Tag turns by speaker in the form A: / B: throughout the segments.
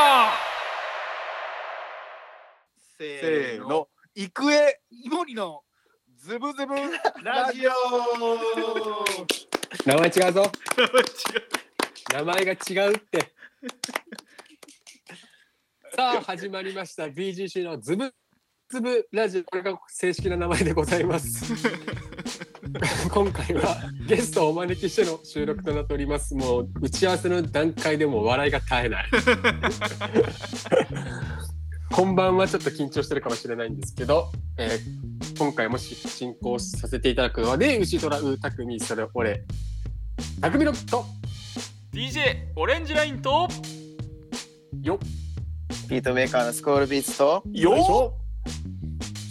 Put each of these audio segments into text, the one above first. A: 啊
B: 郁恵いもりのズブズブラジオ
A: 名前違うぞ
C: 違う
A: 名前が違うってさあ始まりました BGC のズブズブラジオこれが正式な名前でございます今回はゲストをお招きしての収録となっておりますもう打ち合わせの段階でもう笑いが絶えない 本番はちょっと緊張してるかもしれないんですけど、えー今回もし進行させていただくのはね牛虎うたくみそれ俺たくみロット
C: DJ オレンジラインと
A: よっ
D: ビートメーカーのスコールビーツと
A: よ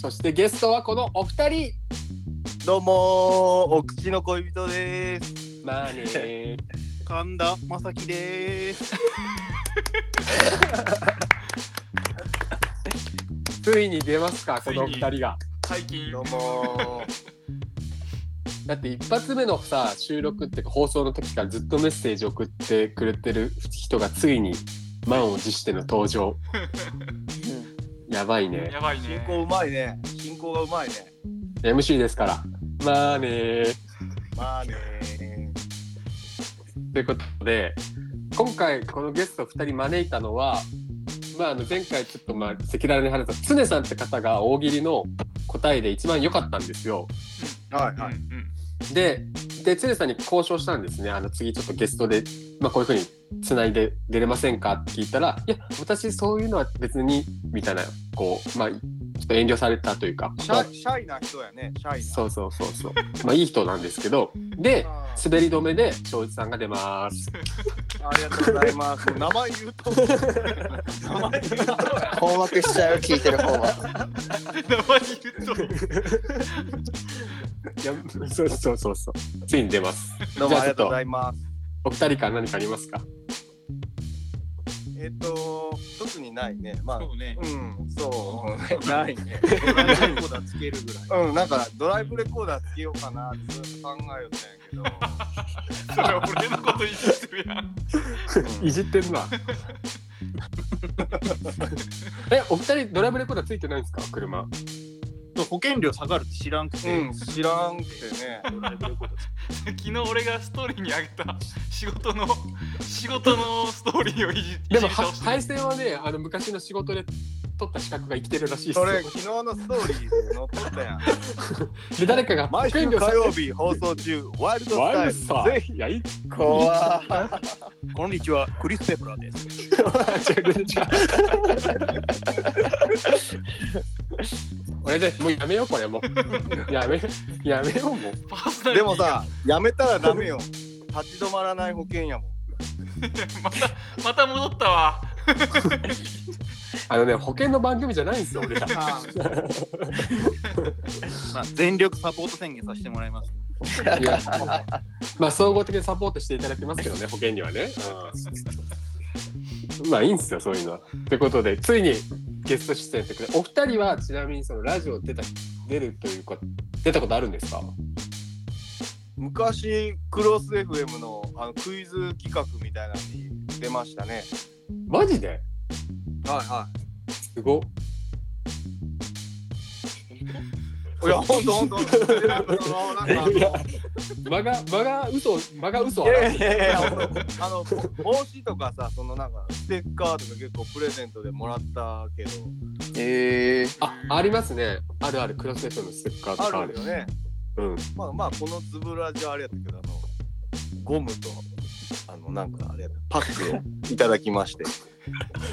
A: そしてゲストはこのお二人
D: どうもーお口の恋人です
A: まあね
B: 神田正輝です
A: ついに出ますかこ
C: ついに
A: のお二人が
C: 最近
D: どうもー
A: だって一発目のさ収録っていうか放送の時からずっとメッセージ送ってくれてる人がついに満を持しての登場 やばいね
C: やばい
D: 進
C: ね
D: 行うまいね進行がうまいね
A: MC ですからまあね
D: まあねー
A: ということで今回このゲスト2人招いたのは、まあ、あの前回ちょっとまあ赤裸々に話した常さんって方が大喜利の答えで一番良かったんですよ。
D: はい
C: うんう
D: はい
C: ん
A: でで常さんに交渉したんですねあの次ちょっとゲストで、まあ、こういう風につないで出れませんかって聞いたら「いや私そういうのは別に」みたいなこうまあちょっと遠慮されたというか
D: シャイシャイな人やねシャイな
A: そうそうそうそうまあいい人なんですけどで
D: あー
A: 滑り止めで庄司さんが出 ます。
D: ありがとうございますもう 名前言うと名前言うと困惑しちゃう聞いてる方は
C: 名前言 うと
A: いやそうそうそうそうついに出ます。
D: どうもありがとうございます
A: お二人から何かありますか
D: えっ、と特にないねまあ
B: そうね
D: うんそうないね
B: ドライブレコーダーつけるぐらい
D: うん、なんかドライブレコーダーつけようかなってずっと考えよったんや
C: それ俺のこと言ってるやん
D: けど、
A: いじって るな。えお二人ドライブレコーダーついてないんですか車。
B: 保険料下がるって知らんくて、
D: うん、知らんくてね。
B: ドライブレコーダーつ
C: 昨日俺がストーリーにあげた仕 事の仕事のストーリーをいじいじ
A: で
C: り
A: も
C: 倒
A: は
C: してる
A: 配線はねあの昔の仕事で取った資格が生きてるらしいです
D: そ
A: よ
D: れ、昨日のストーリーで載っとったやん。
A: で誰かが
D: 毎週火曜日放送中、ワイルドスタイル。
A: スタ
D: ぜ
A: イいやいい
D: ひ、怖
B: けこんにちはクリス・ペプラーです
A: 俺でもうやめようこれもうやめやめようもう
C: パーソナリティ
D: でもさ、やめたらダメよ。立ち止まらない保険や もん。
C: またまた戻ったわ
A: あのね保険の番組じゃないんですよ俺ら
B: まあ、全力サポート宣言させてもらいます
A: いや まあ総合的にサポートしていただきますけどね保険にはね、うんまあいいんですよそういうのは。ということでついにゲスト出演ということでお二人はちなみにそのラジオ出た出るというか出たことあるんですか
D: 昔、クロス FM のあのクイズ企画みたいなのに出ましたね。
A: マジで
D: はいは
A: すごっ
D: い。いや、ほんとほんと。なんかあの
A: いや間が間が嘘間が嘘
D: いやいやいやいや、あの、帽子とかさ、そのなんか、ステッカーとか結構プレゼントでもらったけど、
E: えー、
A: あありますねあるあるクロスネットのステッカーとかあ
D: あ
A: る
D: るよね。
A: うん
D: まあまあ、このつぶらじはあれやったけど、あの、ゴムと、あの、なんかあれやった、パックをいただきまして。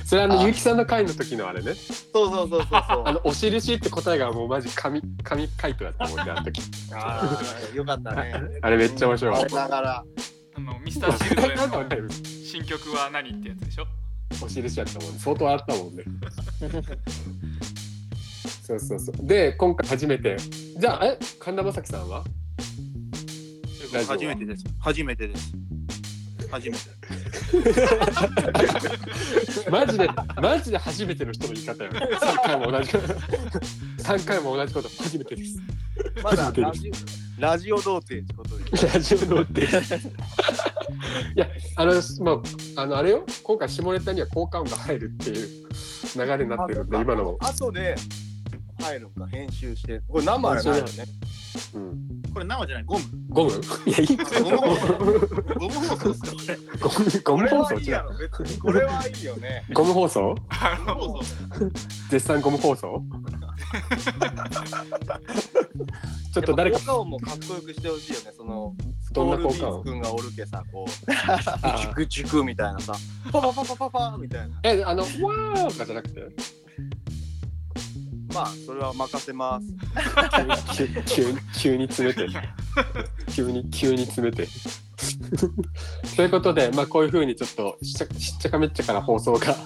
A: それあの
E: あ
A: ゆうきさんの回の時のあれね
D: そうそうそうそうそ
A: あ
D: う。
A: のお印って答えがもうマジ紙紙回答だったもんねあの時
D: ああ、よかったね。
A: あれめっちゃ面白かっ
D: 我ながら、
C: あのミスタ
A: た
C: ーシールド
A: なんか
C: へ
A: ね
C: の新曲は何ってやつでしょ
A: お印やったもんね相当あったもんねそうそうそうで今回初めてじゃあえ神田正輝さんはラジオは
B: 初めてです初めてです初めて
A: マジでマジで初めての人の言い方よね3回も同じ 3回も同じこと初めてです
D: まだラジオ、ラジオ童貞ってことで。
A: ラジオのって。い や、あの、まあ、あの、あれよ、今回下ネタには効果音が入るっていう流れになってるんで、今のも。
D: あとで、入るんか編集してこれ生じゃないよね
A: うん、
B: これ生じゃないゴム
A: ゴム いや、いい
B: ゴム放送ゴム放送っすかこれ
A: ゴム、ゴ
D: こ
A: ム
D: れ
A: 放
D: は
A: 送
D: いい
A: じ
D: や
A: ゃ
D: ろ別にこれはいいよね
A: ゴム放送
C: あの
B: ゴム放送
A: 絶賛ゴム放送ちょっと誰か
D: やぱ効果音もかっこよくしてほしいよねそのス
A: どん
D: コー
A: な
D: ル
A: 効
D: ビ
A: 果
D: ー
A: 音
D: ツくんがおるけさこう
A: あ
D: チクチクみたいなさパパパパパパみたいな
A: え、あの、わーとかじゃなくて
D: まあそれは任せます
A: 急に急に急に詰めて急に急に詰めて ということで、まあ、こういうふうにちょっとしっちゃしっちゃかめっちゃかな放送が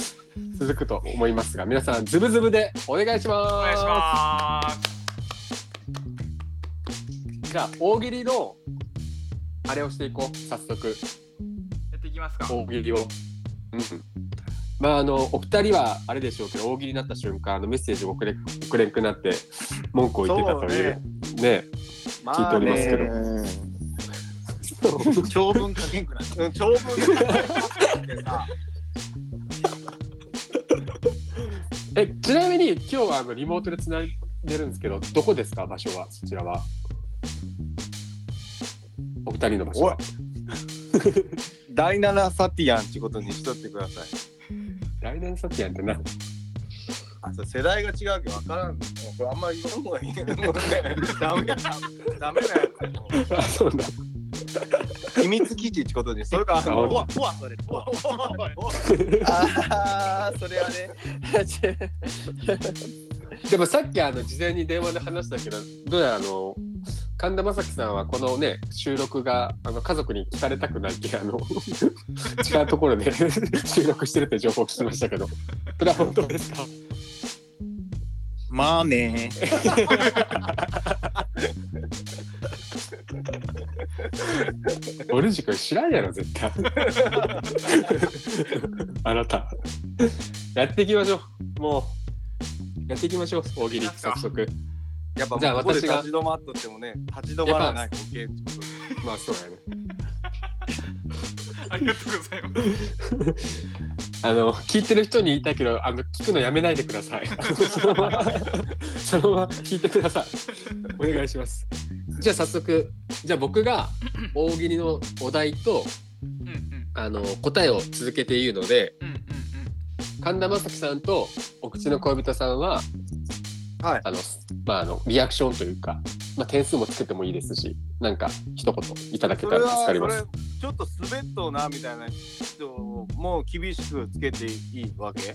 A: 続くと思いますが皆さんズブズブでお願いします
C: お願いします
A: じゃあ大喜利のあれをしていこう早速
C: やっていきますか
A: 大喜利を、うん、まああのお二人はあれでしょうけど大喜利になった瞬間あのメッセージを送れ送れんくなって文句を言ってたというね
D: ま
A: 聞いておりますけど
B: 長文書けんくなる
D: うん長文で さ
A: えちなみに今日はあのリモートでつないでるんですけどどこですか場所はそちらはお二人の場所は
D: 第7サティアンってことにしとってください
A: 来年サティアンってな
D: あそう世代が違うけど分からんこれあんまり言わん方がいいけどね ダメだダメだよ
A: あそうだ
D: 秘密基地ってことにそれかあ
A: お
D: の
A: い
B: ポワそれポワ
D: あーそれはね
A: でもさっきあの事前に電話で話したけどどうやらあの神田正輝さんはこのね収録があの家族に聞かれたくないってあの 違うところで 収録してるって情報を聞きましたけどそれは本当ですか
B: まあね
A: オルジ君知らんやろ絶対あなたやっていきましょうもうやっていきましょう大喜利早速
D: やっぱ
A: じゃあ
D: ここで
A: 私が
D: 立ち止まっとってもね立ち止まらない光景ってこと
A: まあそうやね
C: ありがとうございます
A: あの聞いてる人に言いたいけどあの聞くのやめないでくだ さいそのままそのまま聞いてくださいお願いしますじゃあ早速じゃあ僕が大喜利のお題と
C: うんうん
A: あの答えを続けて言うので
C: うんうん
A: 神田正輝さんとお口の恋人さんは、
D: はい
A: あのまあ、あのリアクションというか、まあ、点数もつけてもいいですしなんか一言いただけ
D: そ
A: た
D: れ
A: ら助
D: は
A: か
D: そ
A: り
D: れ
A: ます
D: ちょっと滑っとうなみたいな人も厳しくつけていいわけ
A: い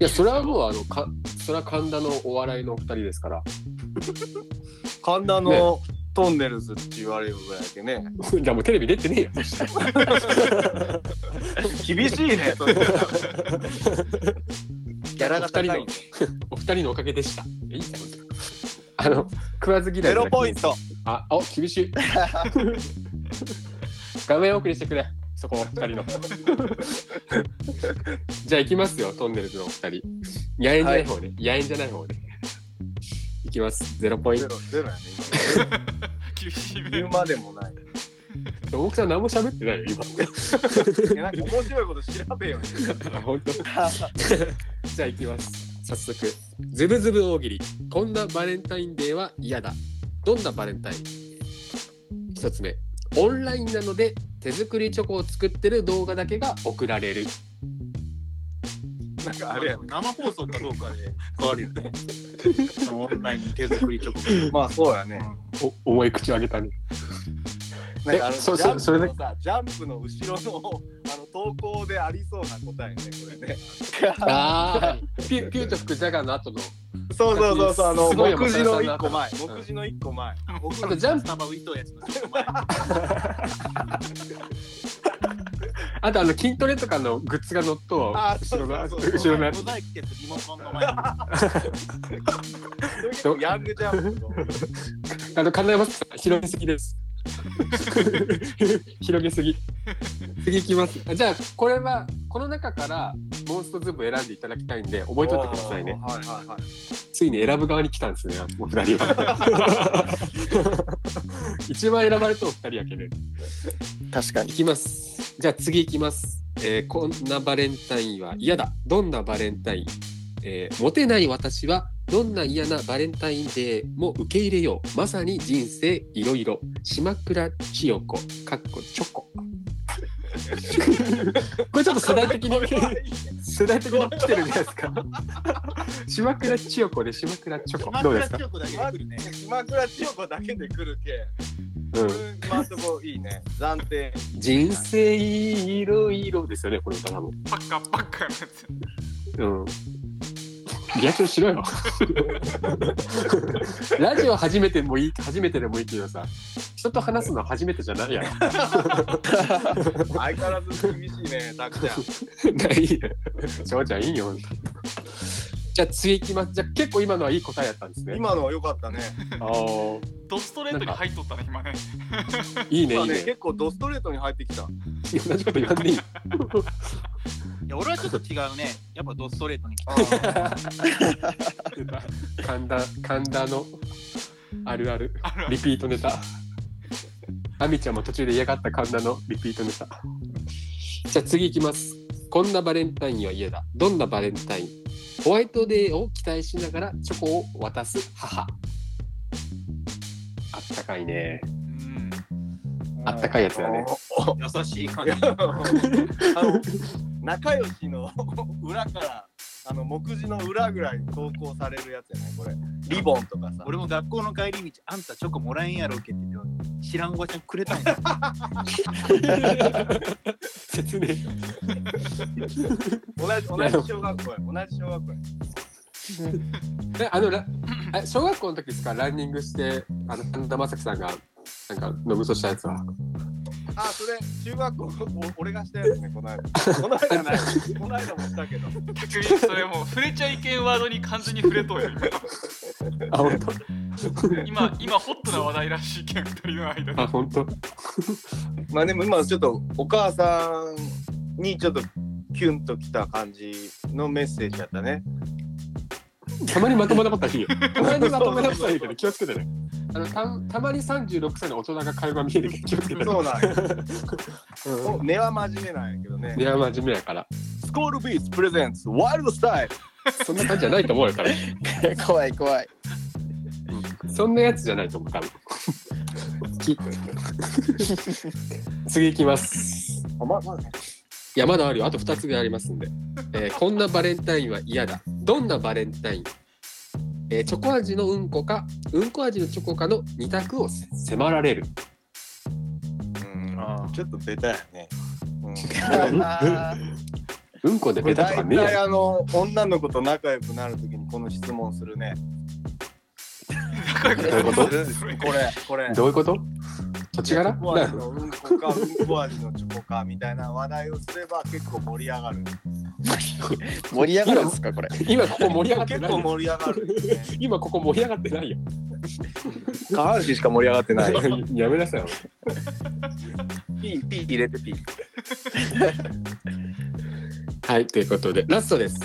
A: やそれはもうあのかそれは神田のお笑いのお二人ですから
D: 神田のトンネルズって言われるぐらいでね
A: じゃあもうテレビ出てねえよそしたら
D: 厳しいねそれギャラが高いね
A: お二人のお二人のおかげでしたいいじゃんあの食わず嫌いじ
D: ゼ
A: ゃな
D: ロ
A: くて
D: ポイント
A: あお厳しい 画面送りしてくれそこお二人の じゃあ行きますよトンネルズのお二人野縁じゃない方で、野縁じゃない方でいきますゼロポイン
D: ゼ
A: ト
D: ロゼロやね
C: うん厳しい
D: 今
C: 目
D: 言うまでもない
A: 大木さん何も喋ってないよ
D: いやなんか面白いこと調べようよ
A: 今本 当じゃあ行きます早速ズブズブ大喜利こんなバレンタインデーは嫌だどんなバレンタイン一つ目オンラインなので手作りチョコを作ってる動画だけが送られる
D: なんか
B: あ
D: あれ
B: れ
D: や
B: 生放送かどうかで変わるよねオンライン手作りチョコ
D: まあそうやね
A: お重い口を上げたね
D: なんかあの
A: えそう
D: ジャンプの
A: それそれ
D: さジャンプの後ろのあの投稿でありそうな答えねこれね
A: ああピュピューと吹くジャガーの後の
D: そうそうそうそうあの
A: すごいよ
D: 目次の一個前
A: 松田さんの頭
D: 目次の一個前
B: 僕
A: あ
B: の
A: とジャン
B: ス
A: プ
B: タバ浮いとうやつのちょっと前
A: あとあの筋トレとかのグッズが乗っとう
D: あー
A: 後ろの
D: そうそうそう
A: 後ろのや
B: モ
A: つ
B: ザイクってリモコンの前に
D: それ結構ヤングジャンプの
A: あの金山さん広げすぎです 広げすぎ次いきますあじゃあこれはこの中からモンストズブ選んでいただきたいんで覚えといてくださいね
D: はいはいはい
A: ついに選ぶ側に来たんですねお二人は 一番選ばれたお二人やけど
D: 確か
A: いきます。じゃあ次いきます。えーこんなバレンタインは嫌だ。どんなバレンタインえーモテない私はどんな嫌なバレンタインデーも受け入れようまさに人生いろいろ島倉千代子かっこチョコこれちょっと世代的に世代的に来てるんじゃないですか島倉千代子で島倉チョコどうですか、
B: 千代子だけで来るね。
D: 島倉千代子だけで来るけ。
A: うん、
D: まあ、そこいいね。暫定。
A: 人生いろいろですよねこれ歌多分
C: パッカパッカのやつ
A: うん。リアクションしろ よ。ラジオ初めてもいい、初めてでもいいけどさ、人と話すのは初めてじゃないやろ。
D: 相変わらず厳しいね、たくちゃん。
A: ないよ。翔ちゃんいいよ。ほんとじゃあ次行きます。じゃあ結構今のはいい答えやったんですね。
D: 今のは良かったね。
A: あー
C: ドストレートに入っとったね今ね
A: いいねい
D: 今
A: い
D: ね、
A: ね。
D: 結構ドストレートに入ってきた。
A: 同じこと言わん でいい。
B: いや俺はちょっと違うね。やっぱドストレートに来た。
A: 神田、神田のあるある
C: あるある
A: リピートネタ。アミちゃんも途中で嫌がった神田のリピートネタ。じゃあ次いきます。こんなバレンタインは嫌だ。どんなバレンタインホワイトデーを期待しながらチョコを渡す母。あったかいね。
C: うん
A: あったかいやつだね。
B: 優しい感じ。
D: あの仲良しの裏からあの目次の裏ぐらいに投稿されるやつやねこれリボンとかさ
B: 俺も学校の帰り道、あんたチョコもらえんやろうけって言ってた知らんおばちゃんくれたん や。
A: 説明。
D: 同じ同じ小学校や同じ小学校や
A: えあのらあ小学校の時ですかランニングしてあの神田正輝さんがなんか飲むそしたやつは。
D: あそれ中学校お俺がしたやつねこの間この間ないこの間もしたけど
C: 匠それもう触れちゃいけんワードに完全に触れとうよ
A: あ本当。
C: 今今ホットな話題らしいけん二人の間
A: あ
C: で
A: 本当。
D: まあでも今ちょっとお母さんにちょっとキュンときた感じのメッセージやったね
A: たまにまともなことはいい よ。たまにまともなことはいいけど気をつけてね。あのたたまに36歳の大人が会話見えるけど気をつけて ね。
D: そうなんや
A: う
D: 根は真面目なんやけどね
A: んいや真面目やから。
D: スコールビーツプレゼンツワイルドスタイ
A: そんな感じじゃないと思うよ多分。
D: ル 怖い怖い
A: そんなやつじゃないと思う 多分。き次いきます。
D: あまま
A: いやまだあるよあと2つぐらいありますんで、えーこんなバレンタインは嫌だどんなバレンタイン、えーチョコ味のうんこかうんこ味のチョコかの2択をせ迫られる
D: うん
B: あー
D: ちょっとベタやね。うん、
A: うんこで
D: こ
A: ベ
D: れ
A: タとか
D: 大
A: ねえ
D: 体
A: よ
D: あの女の子と仲良くなるときにこの質問するね。
C: 仲良く
A: どういうこ
C: な
A: と
C: っ
D: する これこれ。
A: どういうこと土地柄
D: チョコ味のうんこかうんこ味のチョコかみたいな話題をすれば結構盛り上がる。
E: 盛り上がるんですかこれ
A: 今ここ盛り上がって
D: 結
A: な
D: 構
A: いよ
D: 盛り上がる、ね。
A: 今ここ盛り上がってないよ
D: 下半身しか盛り上がってな
A: やめなさいよ
D: ピーピー入れてピー。
A: はいということでラストです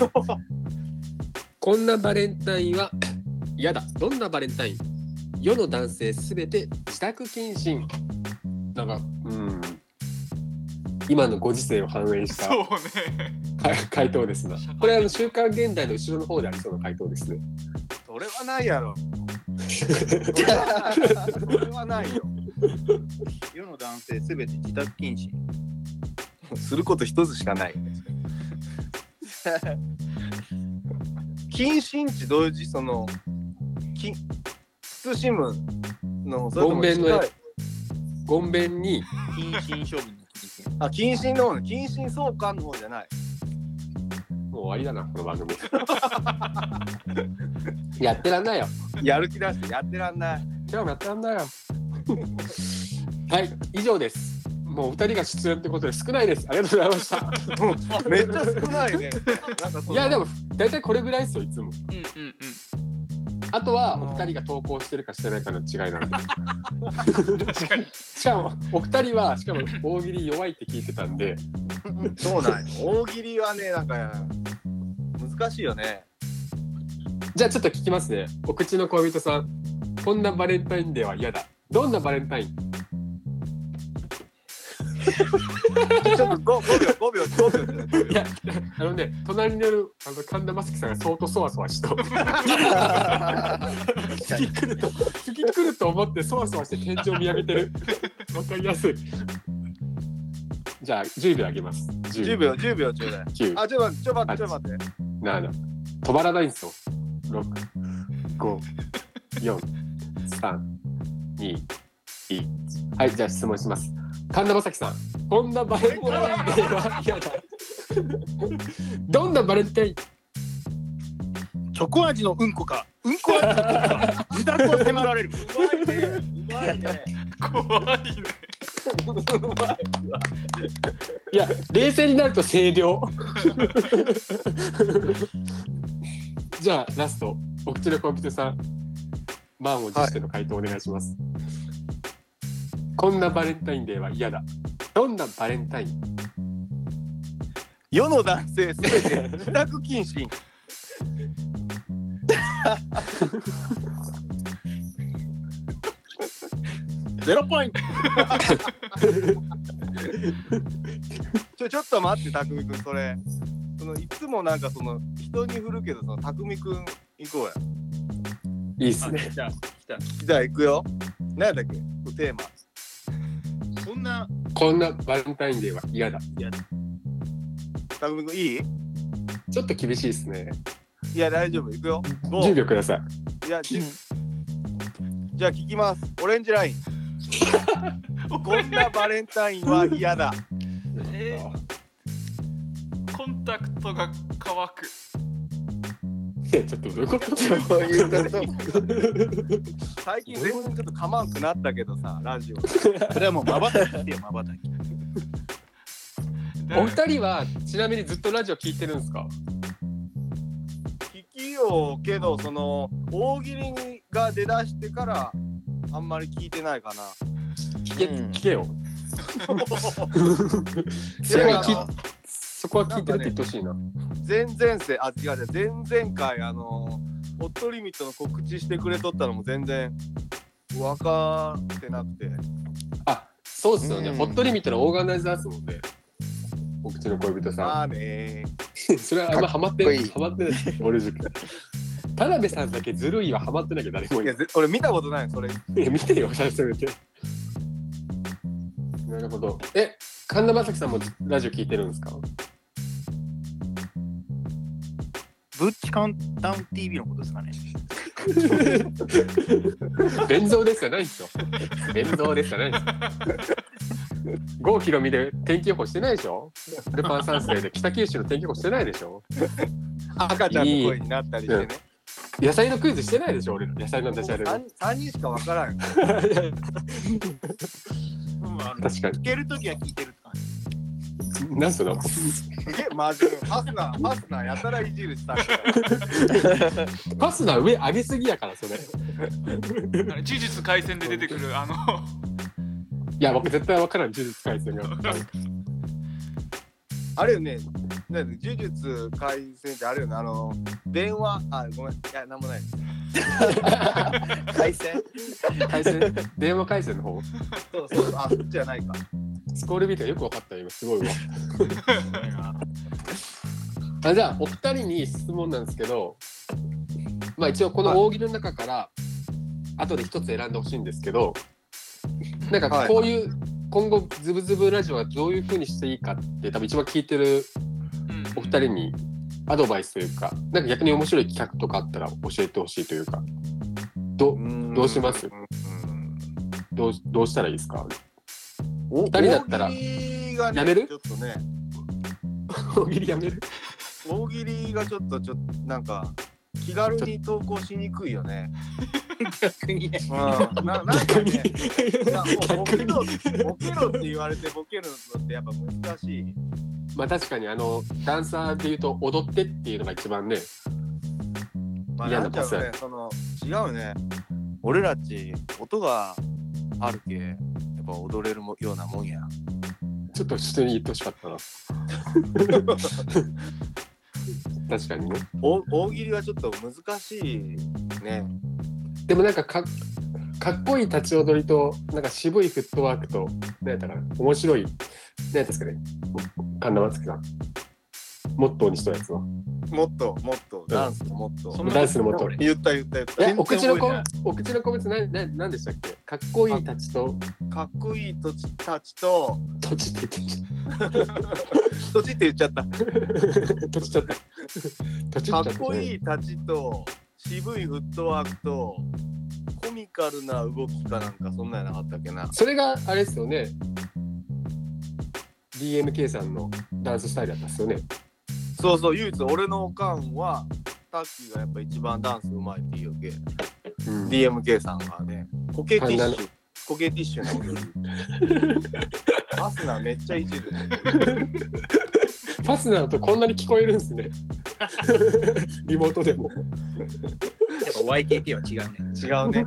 A: こんなバレンタインは嫌だどんなバレンタイン世の男性すべて自宅謹慎なんかうん今のご時世を反映した
C: そうね
A: か回答ですな
C: 社会的
A: これあの「週刊現代」の後ろの方でありそうな回答ですね
D: それはないやろ。それはないそれはないよ。
B: 世の男性すべて自宅禁止。
D: すること一つしかない。謹慎地同時そのき慎むのそれとも
A: ごんべんのや
D: 近い
A: ごんべんに
B: 禁止処分の禁止。
D: あ謹慎の方ね謹慎相関の方じゃない。
A: もう終わりだなこの番組 やってらんないよ
D: やる気出してやってらんない。
A: 今日もやったんだよ。 はい、以上です。もうお二人が出演ってことで少ないです。ありがとうございました。
D: めっちゃ少ないね。なんかその
A: いやでも大体これぐらいですよいつも。
C: うんうん
A: あとはお二人が投稿してるかしてないかの違いなんで。
C: うん確かに
A: しかもお二人はしかも大喜利弱いって聞いてたんで、
D: そうなんよ 大喜利はねなんか難しいよね。
A: じゃあちょっと聞きますね。お口の恋人さん、こんなバレンタインデーは嫌だ。どんなバレンタイン？
D: ちょっと 5, 5秒、5秒、5秒。
A: いや、あのね、隣にあるあの神田正輝さんが相当そわそわしと、次来ると、次来ると思ってそわそわして天井見上げてる。わかりやすい。じゃあ、10秒あげます。
D: 10
A: 10、
D: 秒、10秒ちょうだい。
A: 9、
D: あ、ちょっと待って、ちょっと待って、ちょっと待って。
A: 7、止まらないんですよ。6、5、4、3、2、1。はい、じゃあ質問します。神田正輝さん、こんなバレンタインデーは嫌だ。どんなバレンタイン
B: チョコ味のうんこか、うんこ味のうんこか、自宅を迫られる。
D: うまいね。うまいね。
C: 怖いね。
A: いや、冷静になると清涼。じゃあ、ラスト、お口のコンピューターさん、満を持しての回答お願いします。こんなバレンタインデーは嫌だ。どんなバレンタイン
D: 世の男性すべて自宅謹慎。
B: ゼロポイント。
D: ちょ、ちょっと待って、たくみくん、それ。そのいつもなんかその人に振るけど、そのたくみくん行こうや。
A: いいっす
B: あ、
A: ね。
B: 来た、来た。
D: じゃあ行くよ。何やったっけテーマ。
B: こんな、
A: こんなバレンタインデーは嫌だ。
D: たくみくんいい
A: ちょっと厳しいですね。
D: いや、大丈夫。行くよ。五
A: 10秒ください。
D: いや、じじゃあ聞きます。オレンジライン。こんなバレンタインは嫌だ。
C: えーコンタクトが乾く。
A: いやちょっとどういうこと
E: そういうこと。
D: 最近全然ちょっと構わんくなったけどさ、ラジオ。
B: それはもうまばたきしてよ、まばたき。
A: お二人は、ちなみにずっとラジオ聞いてるんですか
D: 聞きようけど、その、大喜利が出だしてから、あんまり聞いてないかな。
A: 聞け、
E: うん
A: 聞け よ。そ
D: い
A: こ
D: や
A: は聞いそこは聞いてるって言ってほしいな。
D: 前々世、あ、違う違う、前々回、あの、ホットリミットの告知してくれとったのも全然分かってなくて。
A: あ、そうっすよね。
E: うん
A: ホットリミットのオーガナイザーですもんね。お口の恋人さ
D: まあね
A: ん。それはあんまハマって
E: かっ
A: な
E: こ
A: い
E: いい
A: ハマってない。俺 塾。田辺さんだけずるいはハマってなきゃ誰もいな
D: いや、
A: い。
D: ぜ俺見たことない、それ。
A: いや見てよ、写真せめて。なるほど。え、神田正輝さんもラジオ聞いてるんですか
B: ブッチカウンタウン TV のことですかね。
A: 弁蔵ですじゃないんですよ。弁蔵ですじゃないんですよ。郷ひろみで天気予報してないでしょルパン三世で北九州の天気予報してないでしょ
D: 赤ちゃんの声になったりしてね。
A: 野菜のクイズしてないでしょ俺ら野菜のダジャレの
D: 3人しか分からんよ。
B: うん、あの
A: 確かに
B: 聞けるときは聞いてるって感じ。
A: なんその
D: すげえマジで。ハスナー、ハスナーやたらいじるした
A: パスな上上げすぎやからそれい
C: あの呪術廻戦で出てくるあの
A: や僕絶対分からん呪術廻戦が
D: あれよね、なんだ呪術廻戦ってあれよね、あの、電話、あ、ごめん、いや、なんもない。
E: 回線。
A: 回線電話回線の方
D: そうそう、あ、そっちじゃないか。
A: スコールビートがよく分かったよ今すごいわ あじゃあお二人に質問なんですけどまあ一応この大喜利の中から後で一つ選んでほしいんですけどなんかこういう、今後ズブズブラジオはどういうふうにしていいかって多分一番聞いてるお二人にアドバイスというか、なんか逆に面白い企画とかあったら教えてほしいというか、どどうします
D: うん
A: どうどうしたらいいですか
D: お
A: 人だったら
D: 大喜利がね
A: やめる
D: ちょっとね、
A: 大喜利やめる
D: 大喜利がちょっと、ちょっと、なんか、気軽に投稿しにくいよね。
B: 逆にね。
D: うん。ななんか
A: 逆に
D: ね、いやもう
A: 逆
D: ボケろ
A: に
D: ボケろって言われてボケるのってやっぱ難しい。
A: まあ確かにあのダンサーでいうと踊ってっていうのが一番ね
D: まあ、
A: 嫌な
D: なんちゃう
A: パス
D: ね、その、違うね。俺らっち、音があるけ、やっぱ踊れるもようなもんや。
A: ちょっと人に言ってほしか ったな確かにね
D: お大喜利はちょっと難しいね。
A: でもなんかかかっこいい立ち踊りとなんか渋いフットワークと何やったかな面白い何やったんですかね神田松木さんモットーにしたやつは
D: もっともっとダンスのもっと、
C: その
A: ダンスのモットー
D: 言った言った言った
A: えお口の
D: 覚
A: こ
D: えて
A: お口の個別何何何でしたっけかっこいい立ちと
D: ないかっこいい土地たちと
A: 閉じて閉じ
D: 土地って言っちゃった
A: 閉じちゃった閉じちゃっ
D: かったこいい立ちと渋いフットワークとコミカルな動きかなんかそんなんやなかったっけな
A: それがあれですよね DMK さんのダンススタイルだったっすよね
D: そうそう唯一俺のおかんはタッキーがやっぱ一番ダンスうまいっていうけ、DMK さんがねコケティ
A: あ
D: ッ
A: な
D: シュコケティッシュの踊りマスナーめっちゃいじ
A: フ
D: る
A: ァスナーとこんなに聞こえるんです ねリモートでも
F: やっぱ YKK は違うね。
D: 違うね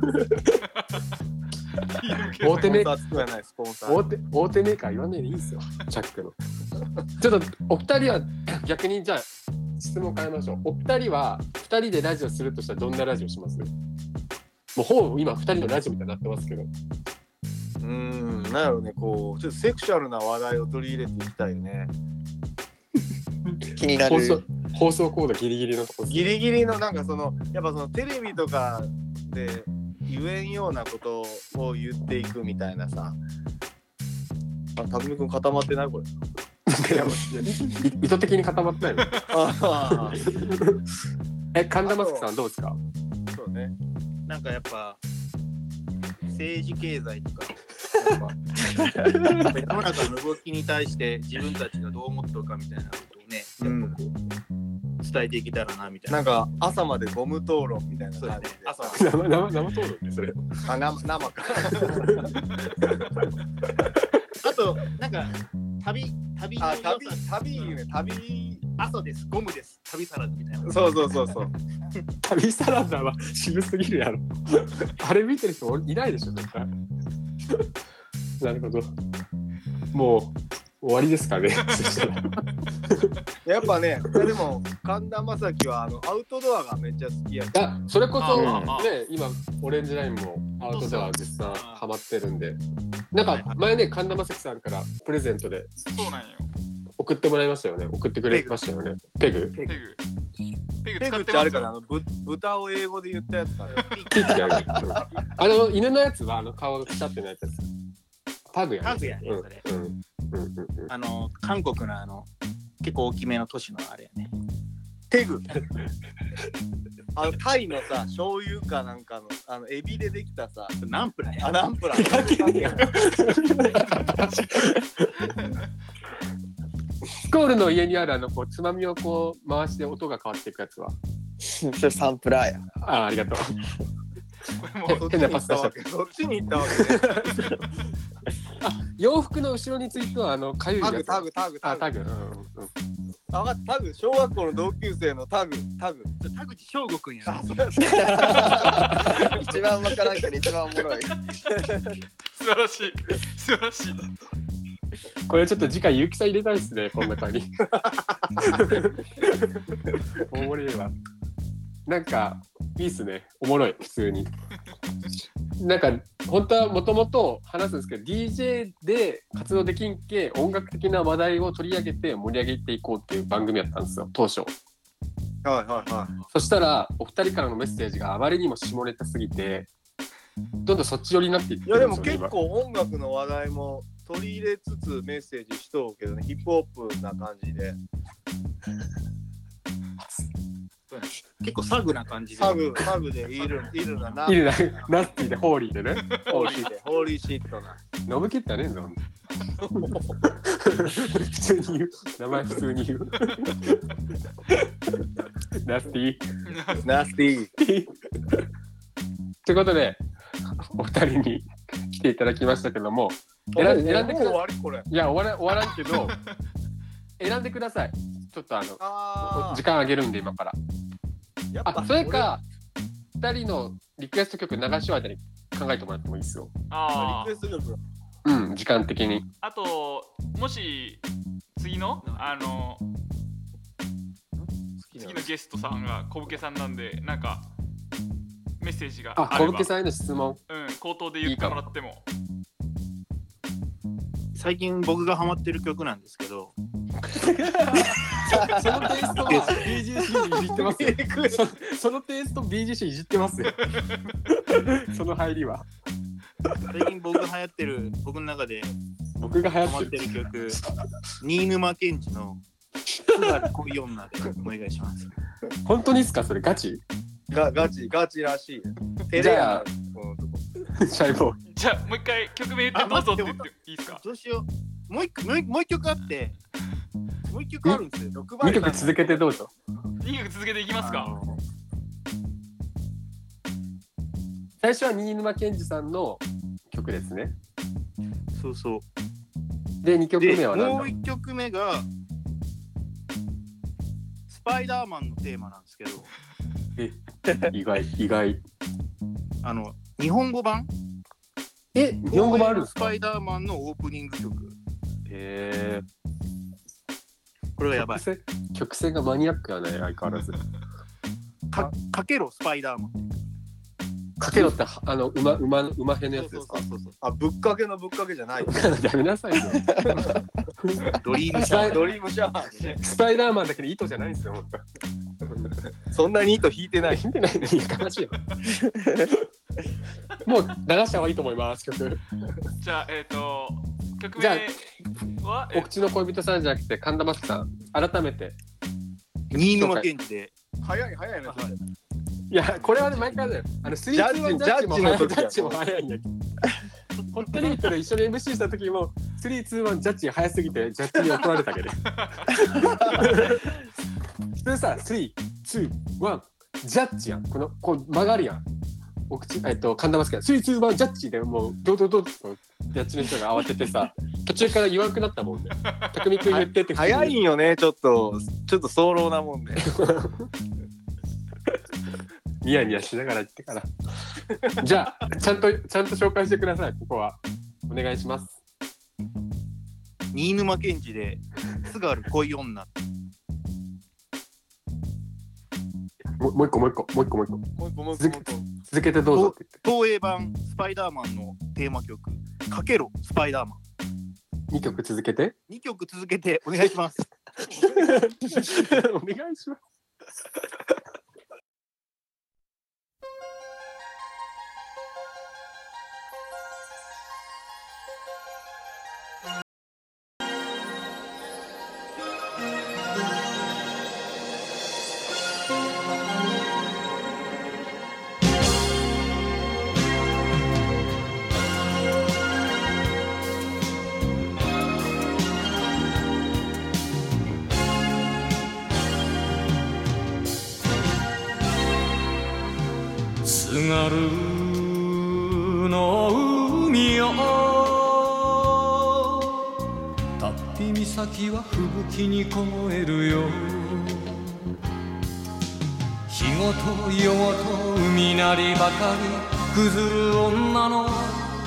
A: 大手メ
D: スポンサーつくやないスポンサー
A: 大手大手メーカー言わないでいいですよチャックのちょっとお二人は逆にじゃあ質問変えましょうお二人は二人でラジオするとしたらどんなラジオしますもうほぼ今二人のラジオみたいになってますけど
D: うーんなんやろうねこうちょっとセクシャルな話題を取り入れていきたいよね
E: 気にな
A: 放送
E: る。
A: 放送コードギリギリのとこです
D: ギリギリのなんかそのやっぱそのテレビとかで言えんようなことを言っていくみたいなさあたぶみくん固まってないこれ
A: い意図的に固まってないの
D: ああ
A: え神田マスクさんどうですか
D: そうね
F: なんかやっぱ政治経済とか、やっぱ世の中の動きに対して自分たちがどう思っとるかみたいなことをね、やっぱこう伝えていけたらなみたい
D: な
F: な。
D: んか朝までゴム討論みたいな
F: そうだ
D: 感
F: ね
D: じで。
F: 朝
A: 生生生登録ねそれ
D: あ生生か
F: あと、なんか旅、旅の
D: あ
F: 良さ
D: 旅旅いいね旅
F: 朝です、ゴムです、旅サラダみたいな。
D: そうそうそうそう
A: 旅サラダは渋すぎるやろあれ見てる人いないでしょ絶対なるほどもう終わりです かねそしたら
D: やっぱねいやでも神田正輝はあのアウトドアがめっちゃ好きや
A: あそれこそ
C: ああああ
A: ね今オレンジラインもアウトドア実際ハマってるんでなんか前ね神田正輝さんからプレゼントで
C: そうなんよ。
A: 送ってもらいましたよね送ってくれましたよねペグ
C: ペグ。ペグ
D: ペ
C: 使
D: グ
C: っ
D: っててあ
C: ま
D: る
C: す
D: からあのぶ豚を英語で言ったやつから
A: ピッてあげるあの犬のやつはあの顔がピタってなやつですパグやね
F: パグやね
A: うん
F: それ
A: うんうんうんうん
F: あの、韓国のあの、結構大きめの都市のあれやね。
D: ペグあのタイのさ醤油かなんかのあのエビでできたさ
F: ナンプラーや。
D: アナンプラ
A: スコールの家にあるあのこうつまみをこう回して音が変わっていくやつは
E: それサンプラーや。
A: あありがとう
C: これも
A: へ変なパス出しちゃった
D: そっちに行ったわけね
A: 洋服の後ろについてはあのかゆいや
D: タ
A: つ
D: グタグタグタ
A: あ
D: グ
A: タグうんうん
D: あわかったタグ小学校の同級生のタグタグ
F: 田口翔吾くんやな。
E: 一番わからんけど一番おもろい。
C: 素晴らしい。素晴らしい。
A: うんこれちょっと次回ゆきさん入れたいですねこの中におもろいわなんかいいっすねおもろい普通になんか本当はもともと話すんですけど DJ で活動できんけ音楽的な話題を取り上げて盛り上げていこうっていう番組やったんですよ当初
D: はいはいは
A: そしたらお二人からのメッセージがあまりにも下ネタすぎてどんどんそっち寄りになっていって
D: いやで
A: るん
D: も
A: ですよ
D: 結
A: ね
D: 構音楽の話題も取り入れつつメッセージしとうけどねヒップホップな感じで
F: 結構サグな感じで。
D: タグタグで いるいるなな
A: 今いるなナッティでホーリーでね
D: ホーリーでホーリーシットな
A: ノブキってねえぞ。普通に言う。名前普通に言う。ナスティ
D: ナスティー
A: ということで、お二人に来ていただきましたけども、選んで選んでくだ
D: もう終
A: さ
D: わりこれ
A: い。いや、終わら終わらんけ ど、選んでください。ちょっとあの、
D: あ
A: 時間あげるんで、今から。
D: ーやっぱ
A: あ、それか、二人のリクエスト曲流し終わりに考えてもらってもいいですよ。
C: あ
D: リクエスト曲
A: うん、時間的に。
C: あ。あと、もし、次の、あの、次のゲストさんが小武家さんなんで、なんか、メッセージが
A: あ、コ
C: あれ
A: ロッ
C: ば
A: ケさんへの質問。
C: うん、口頭で言ってもらっても
F: 最近僕がハマってる曲なんですけど、
A: そのテイストは BGC いじってますよ。 そそのテイスト BGC いじってますよ。 その入りは。
F: 最近僕が流行ってる、僕の中で
A: 僕が流
F: ハ
A: 行
F: マ
A: っ
F: ってて
A: る。
F: る曲、新沼健治の津軽恋女でお願いします。
A: 本当にですかそれガ チ
D: がガチガチらしいよ
A: じゃあ
D: テレビのこのとこ
A: シャイボーイ。
C: じゃあもう一回曲名言ってどうぞって言っていいですか
F: どうしよう。もう一個もう一もう一曲あって、もう一曲あるんですよ。六番
A: 2曲続けてどうぞ。
C: 2曲続けていきますか
A: 最初は新沼健治さんの曲ですね。
F: そうそう。
A: で、2曲目
F: で
A: は何
F: も
A: だ
F: う一曲目がスパイダーマンのテーマなんですけど
A: 意外、意外。
F: あの日本語版
A: え、日本語もあるんです
F: スパ
A: か
F: イダーマンのオープニング曲
A: へー
F: これがやばい
A: 曲線曲線がマニアックやね、相変わらず。
F: かかけろスパイダーマン
A: かけろって、あの、馬、馬、馬編のやつですか
F: そうそうそう
D: あぶっかけのぶっかけじゃない
A: やめなさいよ。
F: ドリーム
A: スパイ
D: ドリームシャワーね
A: スパイダーマンだけど糸じゃないんですよ、本当。
D: そんなに糸引いてない
A: 見てないのに悲しいよ。もう流した方がいいと思います、曲。
C: じゃあえっ、と曲
A: じゃ
C: 名はえ
A: お口の恋人さんじゃなくて、神田真輝さん、改めて。
F: 新沼健治で
D: 早い早いね
F: はい
A: いや、これはね、毎回だよ。あの、スリーツーワンジ
D: ジ
A: ャッ
D: ャッ
A: ジ
D: ジ
A: も
D: ジャ
A: 早
D: ッ
A: い、
D: ジの
A: ジ
D: 時
A: ャッジも早いんだけど。ホットリートで一緒に MC した時も、スリーツーワンジャッジ早すぎて、ジャッジに怒られたけど。普通さ、スリー、ツー、ワン、ジャッジやん。この、こう曲がるやん。お口、えっと、神田マスクやん。スリー、ツー、ワン、ジャッジでもう、ドドドドと、やっちの人が慌ててさ、途中から弱くなったもんね。匠君言ってって。
D: 早いんよねちょっとちょっと早漏なもんで
A: ニヤニヤしながら言ってから。 じゃあ、ちゃんと、ちゃんと紹介してください、ここは。お願いします。
F: 新沼健治で津軽恋女
A: もうもう一個、もう一個、もう一個、もう一個。
D: もう一個もう一個もう
A: 続
D: 一個
A: 続けてどうぞって
F: 東映版スパイダーマンのテーマ曲かけろスパイダーマン
A: 言って。2曲続け て。
F: 2曲続けてお願いします
A: お願いします。
G: 津軽の海よたっぴ岬は吹雪に凍えるよ日ごと夜ごと海なりばかりぐずる女の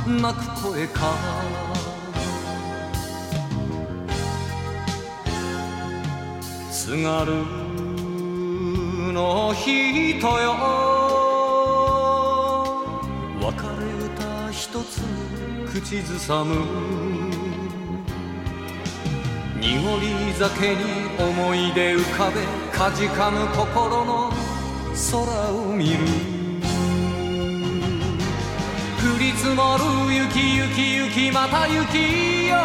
G: 泣く声か津軽の人よ別れ歌一つ口ずさむ濁り酒に思い出浮かべかじかむ心の空を見る降り積もる雪雪雪また雪よ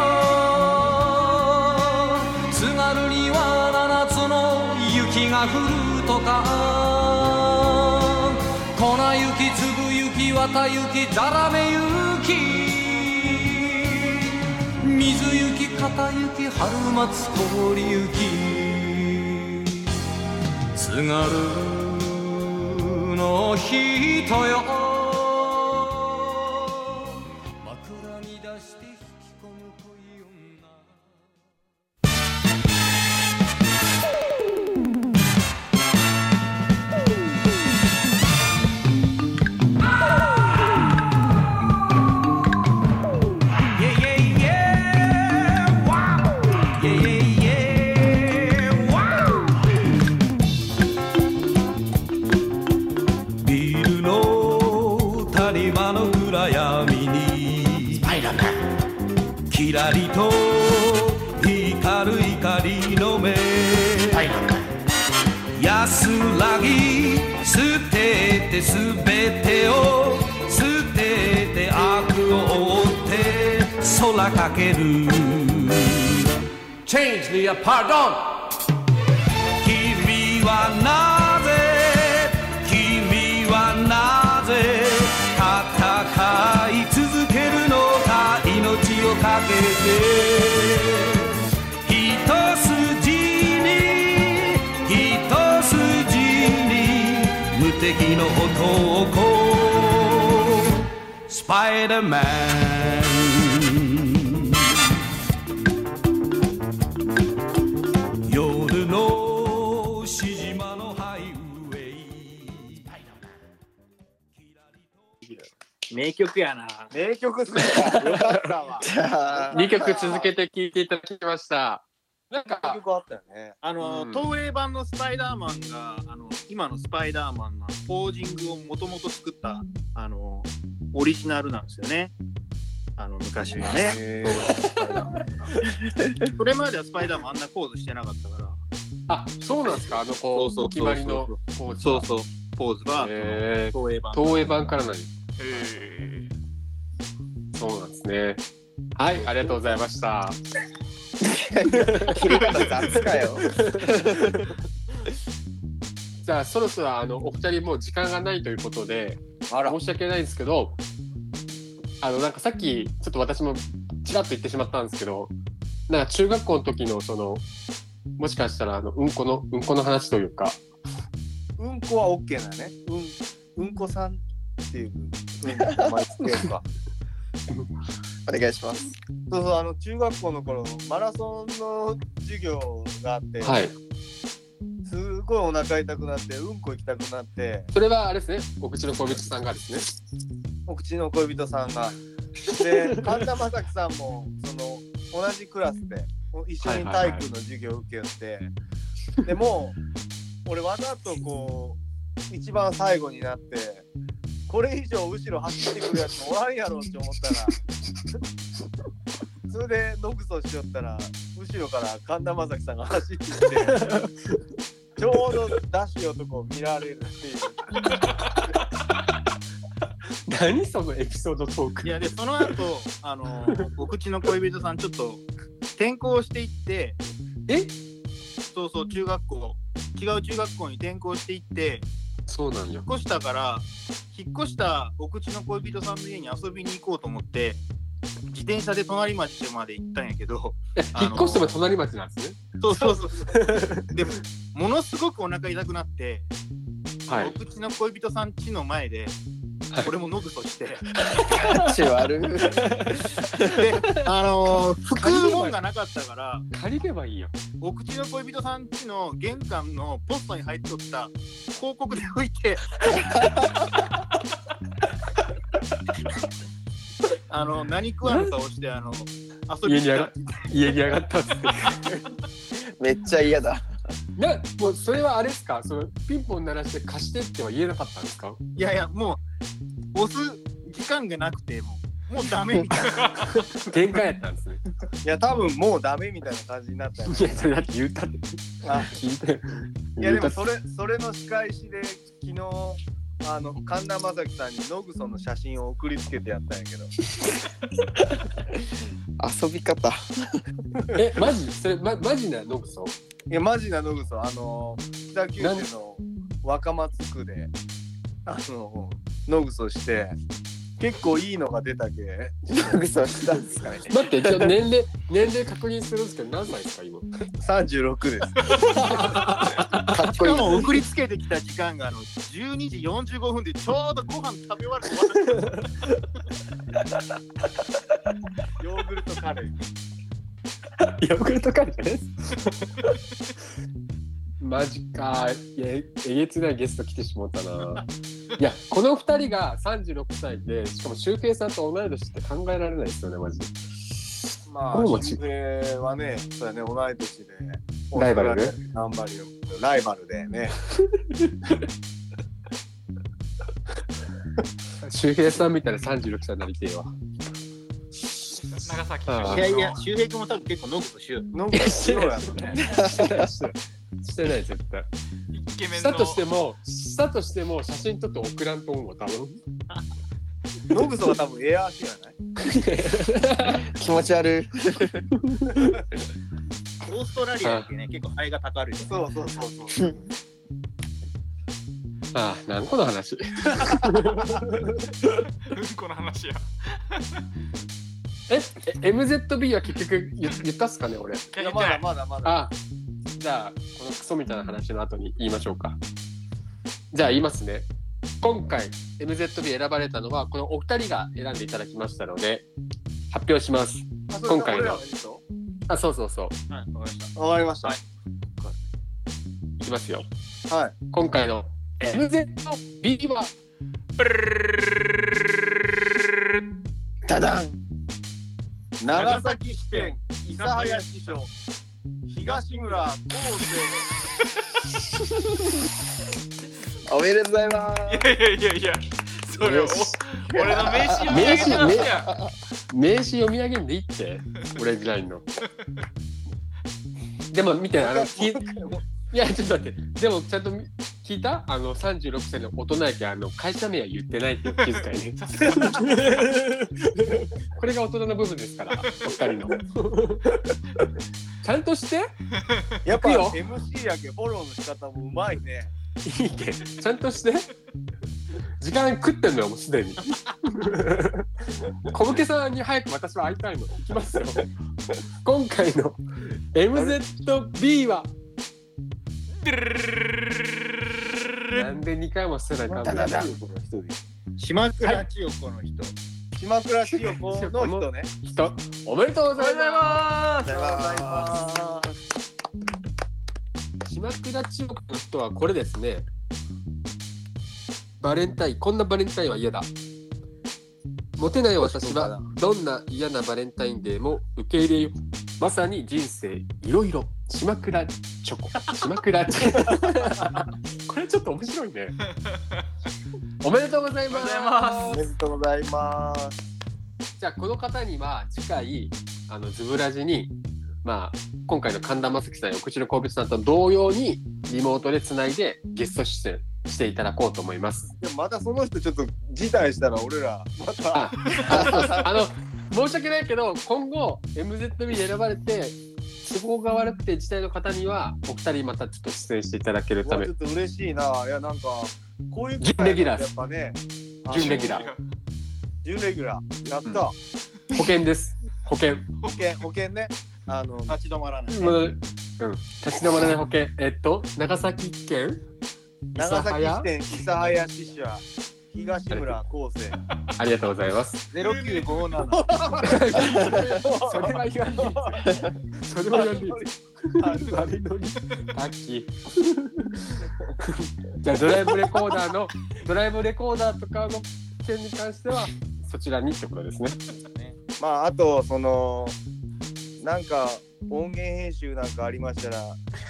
G: 津軽には七つの雪が降るとか粉雪粒雪綿雪ざらめ雪水雪片雪春松氷雪津軽の人よ枕に出して吹き込む恋女ビルのキラリと光る怒りの目安らぎ捨ててすべてを捨てて悪を追って空かける Change the pardon 君はなぜ君はなぜ戦い続けるのか命をかけて一筋に一筋に無敵の男スパイダーマン夜のしじまのハイウェイ
F: 名曲やな。
D: 名曲っすね。よかったわ。
A: 2曲続けて聴いていただきました。なん
D: 名
A: か、
D: 曲あったよね。
F: あの、
A: うん
F: 東映版のスパイダーマンが、あの、今のスパイダーマンのポージングをもともと作った、あの、オリジナルなんですよね。あの、昔はね。それまではスパイダーマンあんなポーズしてなかったから。
A: あ、そうなんですかあの、こう、
F: そうそうそうそう
A: お決まりのポーズ
F: そ
A: は。
F: うそう、ポーズは、
A: へ
F: 東映版
A: ー。東映版からなんです
C: え
A: そうなんですね。はい、ありがとうございま した。
E: 切り方雑かよ。
A: じゃあ、そろそろ、あの、お二人もう時間がないということで、
E: あら
A: 申し訳ないんですけど、あの、なんかさっき、ちょっと私もちらっと言ってしまったんですけど、なんか中学校の時の、その、もしかしたら、あの、うんこの、うんこの話というか、
D: うんこはオッケーだね。うん、うんこさんっていう。うん、名前つけようか。
E: お願いします。
D: そうそう、あの中学校の頃、マラソンの授業があって、
A: はい。
D: すごいお腹痛くなって、うんこ行きたくなって、
A: それは、あれですね、お口の小口さんがですね、
D: お口の恋人さんが。で、神田正輝さんも、その、同じクラスで、お一緒に体育の授業を受けて、でもう、俺わざとこう、一番最後になって、これ以上後ろ走ってくるやつおらんやろって思ったら、それでノクソしよったら、後ろから神田正輝さんが走ってきて、ちょうどダッシュのとこを見られるっていう。
A: 何そのエピソードトーク
F: い。やでその後あ のお口の恋人さんちょっと転校していって
A: え
F: そうそう中学校違う中学校に転校していって
A: そうなんよ。
F: 引っ越したから引っ越したお口の恋人さんの家に遊びに行こうと思って自転車で隣町まで行ったんやけ ど
A: え
F: あ の
A: 引っ越しても隣町なんですね。
F: そうそうそうでもものすごくお腹痛くなって、
A: はい
F: お。口の恋人さん家の前で
A: はい
F: 俺もノグソして、
E: 口悪い。
F: であのー、服もんがなかったから
A: 借りればいいよ。
F: お口の恋人さんちの玄関のポストに入っとった広告で拭いてあの何食わぬ顔してあの遊び
A: 家
F: に
A: に
F: 来
A: 上
F: た
A: が家に上がったっつって。
E: めっちゃ嫌だ。
A: なもうそれはあれですかそのピンポン鳴らして貸してっては言えなかったんですか
F: いやいやもう押す時間がなくてもうもうダメみたいな
A: 限界やったんですね。
D: いや、多分もうダメみたいな感じになったよね。
A: いや、それだって言ったって。
D: あ
A: 聞いて。
D: い
A: 言
D: や、でも
A: うた
D: それ、それの仕返しで、昨日、あの、神田正輝さんにノグソの写真を送りつけてやったんやけど。
E: 遊び方。
A: え、マジそれ、ま、マジなノブソ
D: いや、マジなノグソ、あの、北九州の若松区で、あの、ノグソして、結構いいのが出たけ。
E: 嘘したんですかね。
A: 待って、ちょっと年齢、年齢確認するんですけど、何歳ですか今。
D: 36です。
E: かっ
F: し
E: こい
F: か
E: い。
F: も送りつけてきた時間があの12時45分でちょうどご飯食べ終わると終わった
D: ヨーグルトカレー。
A: ヨーグルトカレーです。マジかいやえげつないゲスト来てしまったないやこの2人が36歳でしかもシュウペイさんと同い年って考えられないですよねマジで
D: ま
A: どうも
D: あ、
A: 違う
D: 新平はね、そうやね、同い年で。
A: ライバルで
D: ナンバリオライバルでね。
A: シュウペイさんみたいな36歳になりてえわ
C: 長崎
E: あ
C: 出
E: ー
F: いやいや、周平君も多分結構飲むことしようよ。
D: 飲むからし ろやろね。
A: してないしてないしてない絶対
C: 身イケメン
A: した
C: の
A: としてもしたとしても写真撮って送らんと思うわ多分
D: ノグソが多分エアーシュやない
E: 気持ち悪い。
F: オーストラリアってね、結構肺が高るよ。
D: そうそうそうそう。
A: ああ何個の話
C: うんこの話や
A: ええ MZB は結局言言ったっすかね俺
D: い
C: い
D: や
C: や
D: まだ
C: い
D: まだまだ。
A: あじゃあこのクソみたいな話の後に言いましょうかじゃあ言いますね今回 MZB 選ばれたのはこのお二人が選んでいただきましたので発表します
D: あそれ
A: 今回の
D: 俺らいいぞ
A: あそうそうそう
F: はい、わかりまし
D: わかりました。
F: は
A: いきますよ
D: はい。
A: 今回の MZB は
E: ダダン
D: 長崎支店諫早支所東村高生
E: おめでとうございます。
C: やいやいやいやそれを
A: よし
C: 俺の名刺を見上
A: 名
C: げ
A: 刺
C: た話や
A: 名刺読み上げんでいいって俺ぐらいのでも見てあのきいやちょっと待ってでもちゃんと聞いたあの36歳の大人やけあの会社名は言ってないっていう気遣いねこれが大人の部分ですからお二人のちゃんとして
D: やっぱ
A: 行く
D: MC やけフォローの仕方もうまいね。
A: いいってちゃんとして時間食ってんのよもうすでに小武家さんに早く私は会いたいの行きますよ今回の MZB はなんで2回も捨てないかんの
E: ダダ
F: た。島倉千代子の人。
D: 島倉千代子の人ね。
A: 人おめでとうございま
D: ありがとうございます。
A: す島倉千代子の人はこれですねバレンタインこんなバレンタインは嫌だモテない私はどんな嫌なバレンタインデーも受け入れようまさに人生いろいろ島倉チョコ島倉チョコ これちょっと面白いねおめでとうございます
D: おめでとうございます。
A: じゃあこの方には次回あのズブラジにまあ今回の神田正輝さんやお口の神戸さんと同様にリモートでつないでゲスト出演していただこうと思います。
D: でもまたその人ちょっと辞退したら俺らまた
A: ああそうですあの申し訳ないけど今後 MZB で選ばれて都合が悪くて時代の方にはお二人またちょっと出演していただけるた
D: もう
A: め
D: ちょっと嬉しいな。いやなんかこういう
A: 準レギュラーで
D: やっぱね。
A: 準レギュラー
D: 準レギュラー。やった。
A: 保険です保険
D: 保険保険ね。あの
F: 立ち止まらない。
A: もううん立ち止まらない保険えっと長崎県
D: 長崎支
A: 諫
D: 店諫早支社東村高生。
A: ありがとうございます。
D: ゼロ九五七。
A: それは言わないです。それは言わないです。悪いのに。タッキー じゃあドライブレコーダーのドライブレコーダーとかの件に関してはそちらにってことですね。
D: まああとそのなんか音源編集なんかありましたら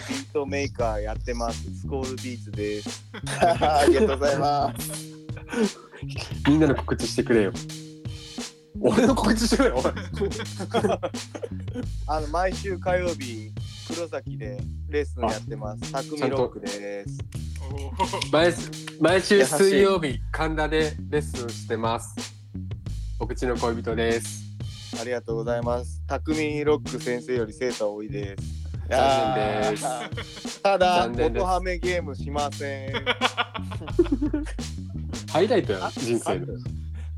D: ビートメーカーやってます。スコールビーツです。
E: ありがとうございます。
A: みんなの告知してくれよ。俺の告知してくれよ。おい
D: あの毎週火曜日黒崎でレッスンやってます。匠ロックです。
A: 毎週毎週水曜日神田でレッスンしてます。お口の恋人です。
D: ありがとうございます。匠ロック先生より生徒多いです。
A: 残念です。
D: ただ
A: 残念です
D: 音ハメゲームしません。
A: ハイライトや人生の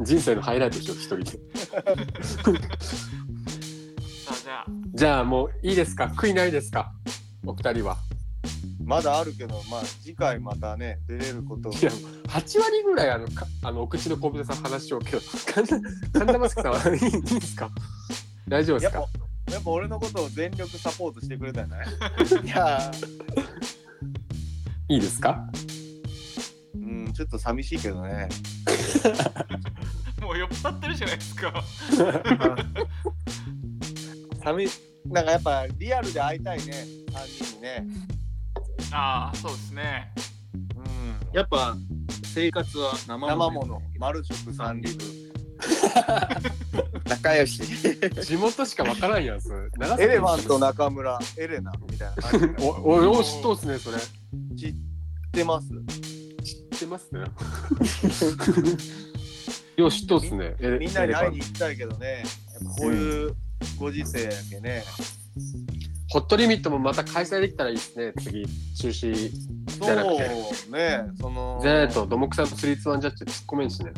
A: 人生のハイライトでしよう一人で。
C: さあじゃあ
A: じゃあもういいですか悔いないですかお二人は。
D: まだあるけど、まあ次回またね出れることを。
A: いや8割ぐらいあのかあのお口の小舟さん話しようけど神田神田マスクさんはいいいいんですか大丈夫で
D: や
A: す
D: っ
A: か
D: ぱやっぱ俺のことを全力サポートしてくれたんじゃない
E: いや
A: いいですか
D: うん、ちょっと寂しいけどね。
C: もう酔っ払ってるじゃないですか
D: 寂なんかやっぱリアルで会いたいね、3人にね。
C: ああそうですね
D: うん。
F: やっぱ生活は生
D: 生
F: もの。
D: 物、丸食三流。
E: ー、なん仲良し。
A: 地元しかわからんやん、それ。長
D: エレファント中村エレナみたいな感じで
A: お、お、よう知っとうっすね、それ。
D: 知ってます
A: 知ってます ね。よう知っとうっすね。え
D: みんなに会いに行きたいけどねやっぱこういうご時世やけね
A: ホットリミットもまた開催できたらいいですね、次。中止。
D: そ
A: じゃなくて
D: うねその
A: ゼネとドモクさんとスリーツワンジャッジ突っ込めんしね。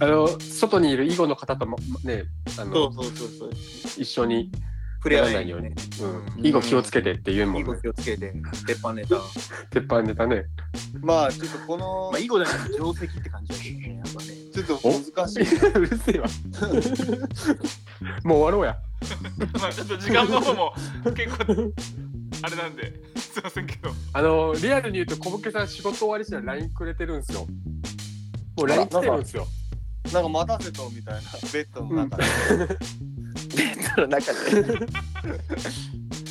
A: あの、外にいる囲碁の方とも、ね、あ
F: そ
A: の
F: う、そうそうそう。
A: 一緒に
F: 触れ
A: や
F: 合
A: ら
F: え
A: な
F: ない
A: いよ
F: よ
A: うに
F: ね。。
A: うん。囲碁気をつけてって言うも
F: 囲
A: ん
F: 碁
A: ね。
F: 気をつけて、鉄板ネタ。ま
A: 鉄板ネタね。
D: まあちょっとこの
F: あ、囲碁じゃなくて定石って感じだけどね、やっぱね。
D: ちょっと難しい
A: うるせえわ。もう終わろうや。
C: まあちょっと時間の方も結構あれなんで、すいませんけど。
A: あの、リアルに言うと、小ボケさん仕事終わりしたら LINE くれてるんですよ。もう LINE 来てるんですよ。
D: なんか待たせとみたいなベッドの中で、
E: その中で。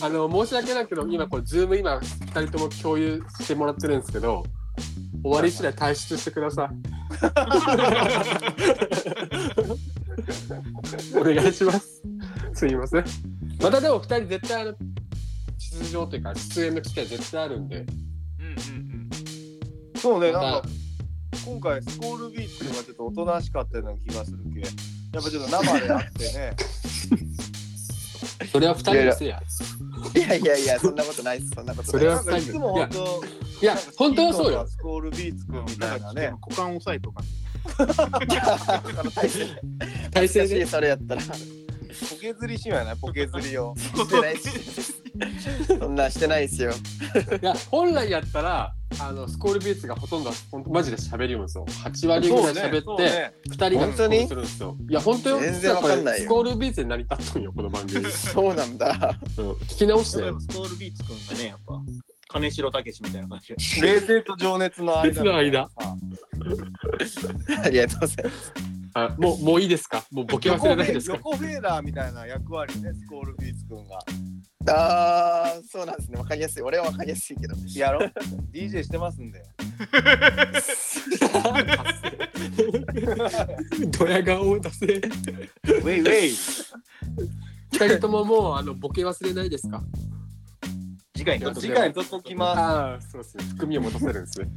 A: あの、申し訳ないけど、今これ、ズーム今、二人とも共有してもらってるんですけど、終わり次第退出してください。 お願いします。すいません。またでも二人絶対あの、出場というか、出演の機会絶対あるんで、
C: うんうん
D: そうねなん
A: ま
D: か
A: た
D: 今回スコールビーツがちょっとおとなしかったような気がするけやっぱちょっと生であってね
A: それは二人のせいや。
E: いやいやいや、そんなことないです。そんなこ と
A: そ
E: ない
A: れ
E: で
A: は
D: なんかいつも本当
A: いや、本当はそうよ。
D: スコールビーツくんみたいなね
F: 股間を押さえとか。
E: す。その体勢。
A: 体
E: しか
A: 制
E: し
A: で。
E: それやったら。し
D: ポケ釣りしようやないポケ釣りを
E: てないです。そんなんしてないですよ。
A: いや、本来やったら、あの、スコールビーツがほとんど、ほんとマジで喋りようんですよ。8割ぐらい喋って、二人が
E: 本当に
A: 結婚するんですよ。いや、本当よ。
E: 全然わかんないよ
A: 実はこれスコールビーツに成り立っとんよ、この番 組。
E: そうなんだ。
A: うん聞き直し
F: 例
A: て
F: え。ばスコールビーツくんがね、やっぱ、金城武みたいな感じで。
D: 冷静と情熱の間
A: 熱の間
E: ありがとうございます。
A: あ、もう、もういいですかもうボケ忘れないですか
D: 横フェーダーみたいな役割ねスコールビーツくんが
E: あー、そうなんですね。わかりやすい。俺はわかりやすいけど。
D: やろ DJ してますんで
A: ドヤ顔を出せ。
D: ウェイウェイ
A: 二人とももう、あの、ボケ忘れないですか
F: 次回に
D: 次回とっときま
A: ああ、そうですね。含みを持たせるんですね。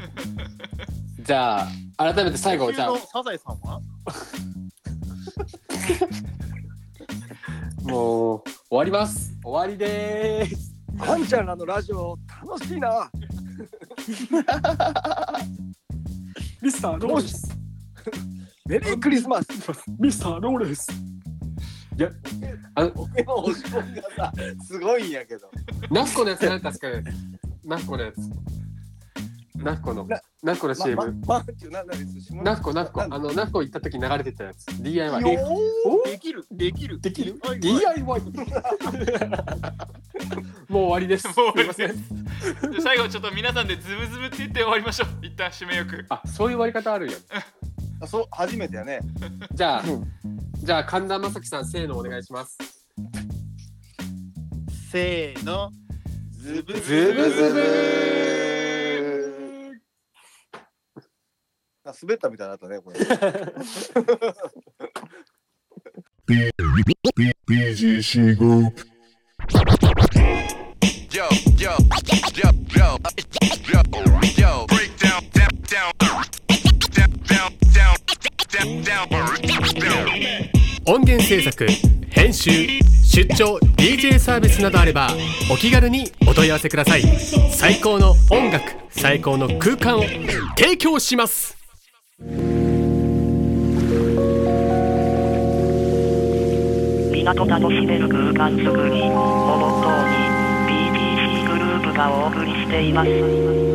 A: じゃあ、改めて最後、じゃあ、
F: サザエさんは
A: もう、終わります。終わりでーす。
D: すあんちゃんらのラジオ楽しいな
A: ミスターローレス。
D: メリークリスマス
A: ミスターローレス。いや、あの、
D: でも押し込みがさすごいんやけど
A: ナスコのやつ何だったっすかねナスコのやつ。ナスコの
D: な、
A: ナスコの
D: ま
A: CM。
D: ままっていうななです下
A: ナスコ、ナスコ、あ
D: なん
A: の、ナスコ行った時流れてたやつ。DIY。
D: よ
F: できる、できる。
A: できる
F: はい
A: DIY。もう終わりです。
C: もう
A: すい
C: 終わりです
A: ません。
C: うん。じゃあ最後ちょっと皆さんでズブズブって言って終わりましょう。一旦締めよく。
A: あ、そういう終わり方あるよ。
D: あそう初めてやね
A: じゃあ
E: う、
A: じゃあ神田正輝さん、せーのお願いします。
F: せーの。
D: ズブ
A: ズブズ
D: あ滑ったみたいだったねこれ
H: BGC Group. Yo, yo, yo, yo, yo, yo. Break down, down, down, down, down, down, down, down, down.
I: 音源制作編集出張 DJ サービスなどあればお気軽にお問い合わせください最高の音楽最高の空間を提供します
J: 港楽しめる空間づくりをモットーに BTC グループがお送りしています。